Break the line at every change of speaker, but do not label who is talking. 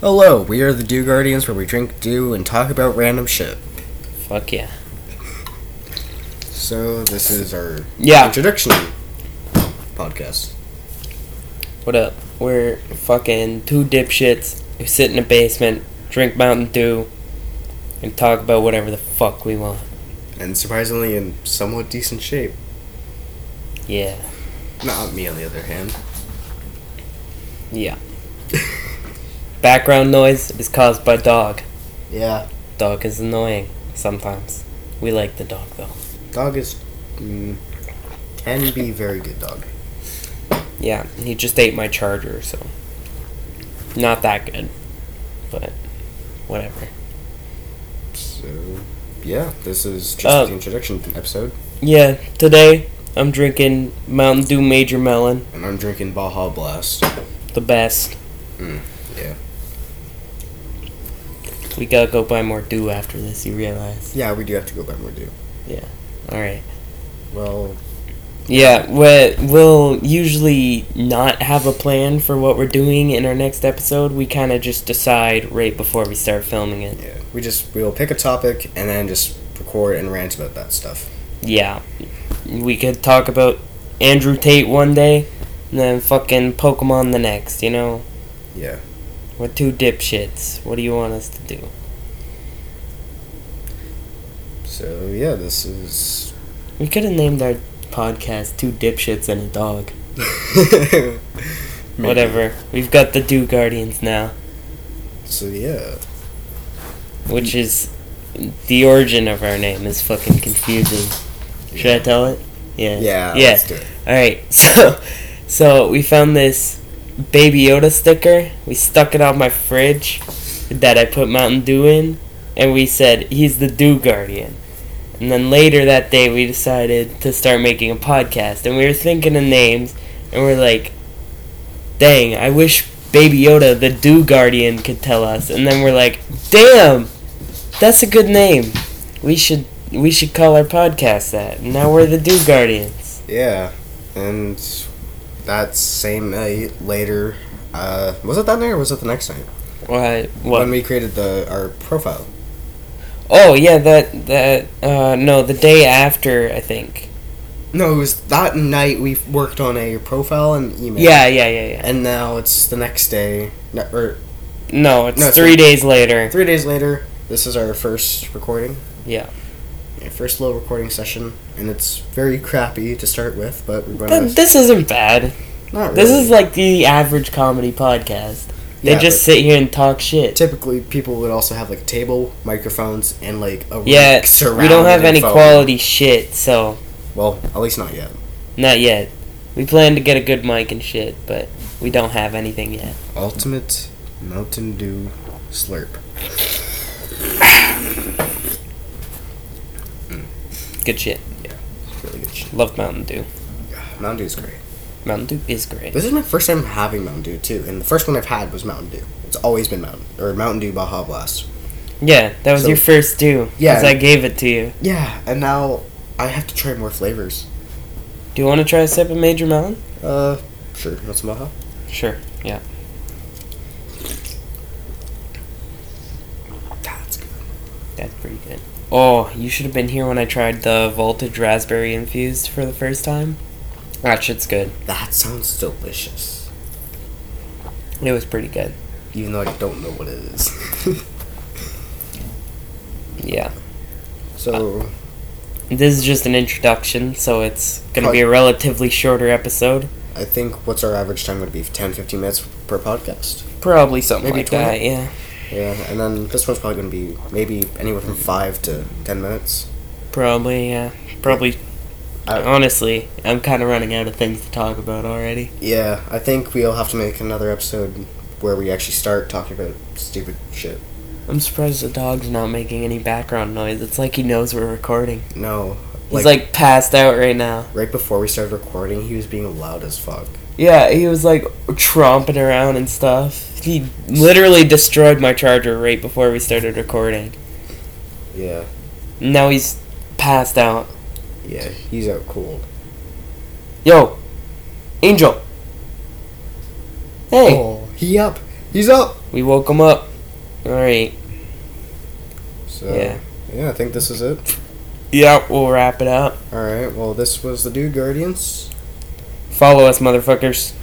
Hello, we are the Dew Guardians where we drink dew and talk about random shit.
Fuck yeah.
So, this is our
Yeah.
introduction podcast.
What up? We're fucking two dipshits who sit in the basement, drink Mountain Dew, and talk about whatever the fuck we want.
And surprisingly, in somewhat decent shape.
Yeah.
Not me, on the other hand.
Yeah. Background noise is caused by dog.
Yeah.
Dog is annoying sometimes. We like the dog though.
Dog is. Mm, can be very good dog.
Yeah, he just ate my charger, so. Not that good. But, whatever.
So, yeah, this is just
Um,
the introduction episode.
Yeah, today I'm drinking Mountain Dew Major Melon,
And I'm drinking Baja Blast.
the best.
Yeah.
We gotta go buy more dew after this, you realize.
Yeah, we do have to go buy more dew.
Alright.
Well,
Yeah, we- we'll usually not have a plan for what we're doing in our next episode. We kind of just decide right before we start filming it.
yeah. We just. We'll pick a topic and then just record and rant about that stuff.
Yeah. We could talk about Andrew Tate one day, and then fucking Pokemon the next, you know?
Yeah.
We're two dipshits. What do you want us to do?
So yeah, this is.
We could have named our podcast Two Dipshits and a Dog.
Maybe.
Whatever. We've got the Dew Guardians now.
So yeah,
which is the origin of our name is fucking confusing. Should I tell it? Yeah.
yeah,
Yeah.
let's do it.
All right. So, so we found this Baby Yoda sticker. We stuck it on my fridge that I put Mountain Dew in, and we said he's the Dew Guardian. And then later that day, we decided to start making a podcast, and we were thinking of names, and we're like, "Dang, I wish Baby Yoda, the Dew Guardian, could tell us." And then we're like, "Damn, that's a good name. We should we should call our podcast that." And now we're the Dew Guardians.
Yeah, and that same night later, uh, was it that night or was it the next night
Why? What?
when we created the our profile?
oh yeah, that that. Uh, no, the day after, I think.
No, it was that night we worked on a profile and email.
Yeah, yeah, yeah, yeah.
And now it's the next day, no, or
No, it's
No, it's
three days later.
three days later. This is our first recording.
Yeah.
Our first little recording session, and it's very crappy to start with, but we're gonna.
But this isn't bad.
not
This
really.
is like the average comedy podcast. They
Yeah,
just sit here and talk shit.
typically people would also have like a table, microphones, and like a
yeah,
like, surround.
we don't have
and
any
phone.
quality shit, so
Well, at least not yet.
not yet. We plan to get a good mic and shit, but we don't have anything yet.
Ultimate Mountain Dew slurp.
Good shit.
Really good shit.
Love Mountain Dew.
Mountain Dew's great.
Mountain Dew is great.
This is my first time having Mountain Dew too, and the first one I've had was Mountain Dew. It's always been Mountain or Mountain Dew Baja Blast.
Yeah, that was
So-
your first Dew.
Yeah.
Because I gave it to you.
Yeah, and now I have to try more flavors.
Do you want to try a sip of Major Melon?
Uh, sure, you want some Baja?
Sure. Yeah.
That's good.
That's pretty good. Oh, you should have been here when I tried the voltage raspberry infused for the first time. That shit's good.
That sounds delicious,
It was pretty good.
even though I don't know what it is.
Yeah.
so
This is just an introduction, so it's gonna be a relatively shorter episode.
I think what's our average time would be 10 15 minutes per podcast.
Probably something
Maybe
like that.
20.
Yeah.
Yeah, and then this one's probably going to be maybe anywhere from 5 to 10 minutes.
Probably. Yeah. Probably.
I-
Uh-huh. honestly, I'm kind of running out of things to talk about already.
Yeah, I think we'll have to make another episode where we actually start talking about stupid shit.
I'm surprised the dog's not making any background noise. It's like he knows we're recording.
No.
He's like passed out right now.
right before we started recording, he was being loud as fuck.
Yeah, he was like tromping around and stuff. He literally destroyed my charger right before we started recording.
Yeah.
Now he's passed out.
Yeah, he's out cold.
Yo, Angel. Hey,
Oh, he up. He's up.
We woke him up. All right.
So
Yeah.
yeah, I think this is it.
Yep. We'll wrap it up.
All right. Well, this was the Dude Guardians.
Follow us, motherfuckers.